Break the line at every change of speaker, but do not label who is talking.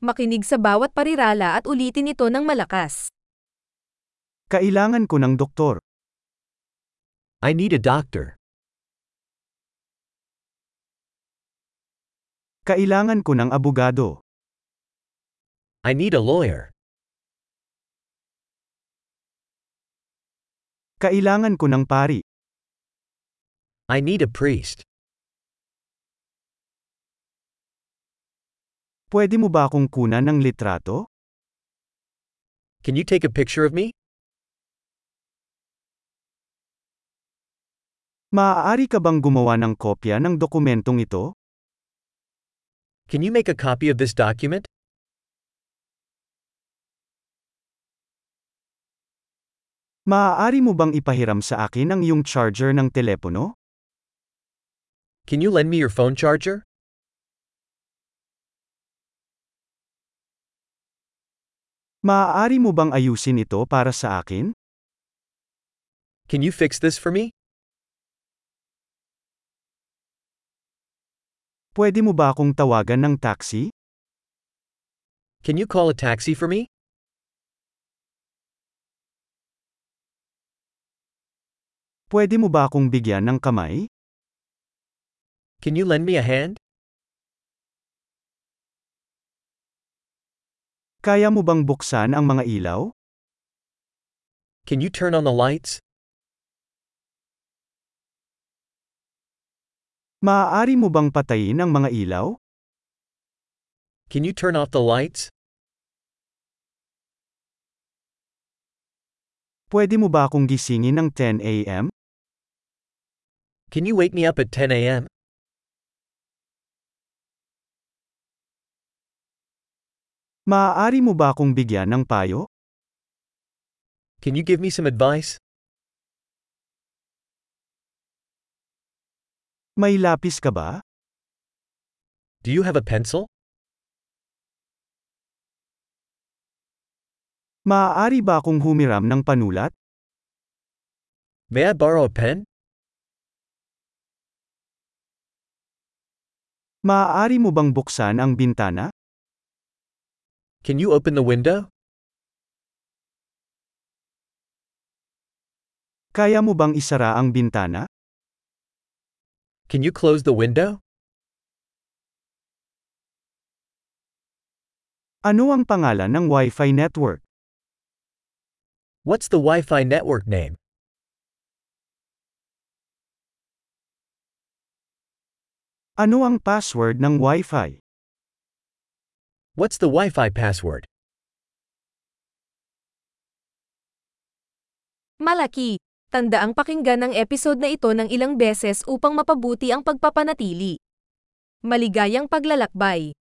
Makinig sa bawat parirala at ulitin ito ng malakas.
Kailangan ko ng doktor.
I need a doctor.
Kailangan ko ng abogado.
I need a lawyer.
Kailangan ko ng pari.
I need a priest.
Pwede mo ba akong kunan ng litrato?
Can you take a picture of me?
Maaari ka bang gumawa ng kopya ng dokumentong ito?
Can you make a copy of this document?
Maaari mo bang ipahiram sa akin ang iyong charger ng telepono?
Can you lend me your phone charger?
Maaari mo bang ayusin ito para sa akin?
Can you fix this for me?
Pwede mo ba akong tawagan ng taxi?
Can you call a taxi for me?
Pwede mo ba akong bigyan ng kamay?
Can you lend me a hand?
Kaya mo bang buksan ang mga ilaw?
Can you turn on the lights?
Maaari mo bang patayin ang mga ilaw?
Can you turn off the lights?
Pwede mo ba akong gisingin ng 10 a.m.?
Can you wake me up at 10 a.m.?
Maaari mo ba akong bigyan ng payo?
Can you give me some advice?
May lapis ka ba?
Do you have a pencil?
Maaari ba akong humiram ng panulat?
May I borrow a pen?
Maaari mo bang buksan ang bintana?
Can you open the window?
Kaya mo bang isara ang bintana?
Can you close the window?
Ano ang pangalan ng Wi-Fi network?
What's the Wi Fi network name?
Ano ang password ng Wi-Fi?
What's the Wi Fi password?
Malaki! Tanda ang pakinggan ng episode na ito ng ilang beses upang mapabuti ang pagpapanatili. Maligayang paglalakbay!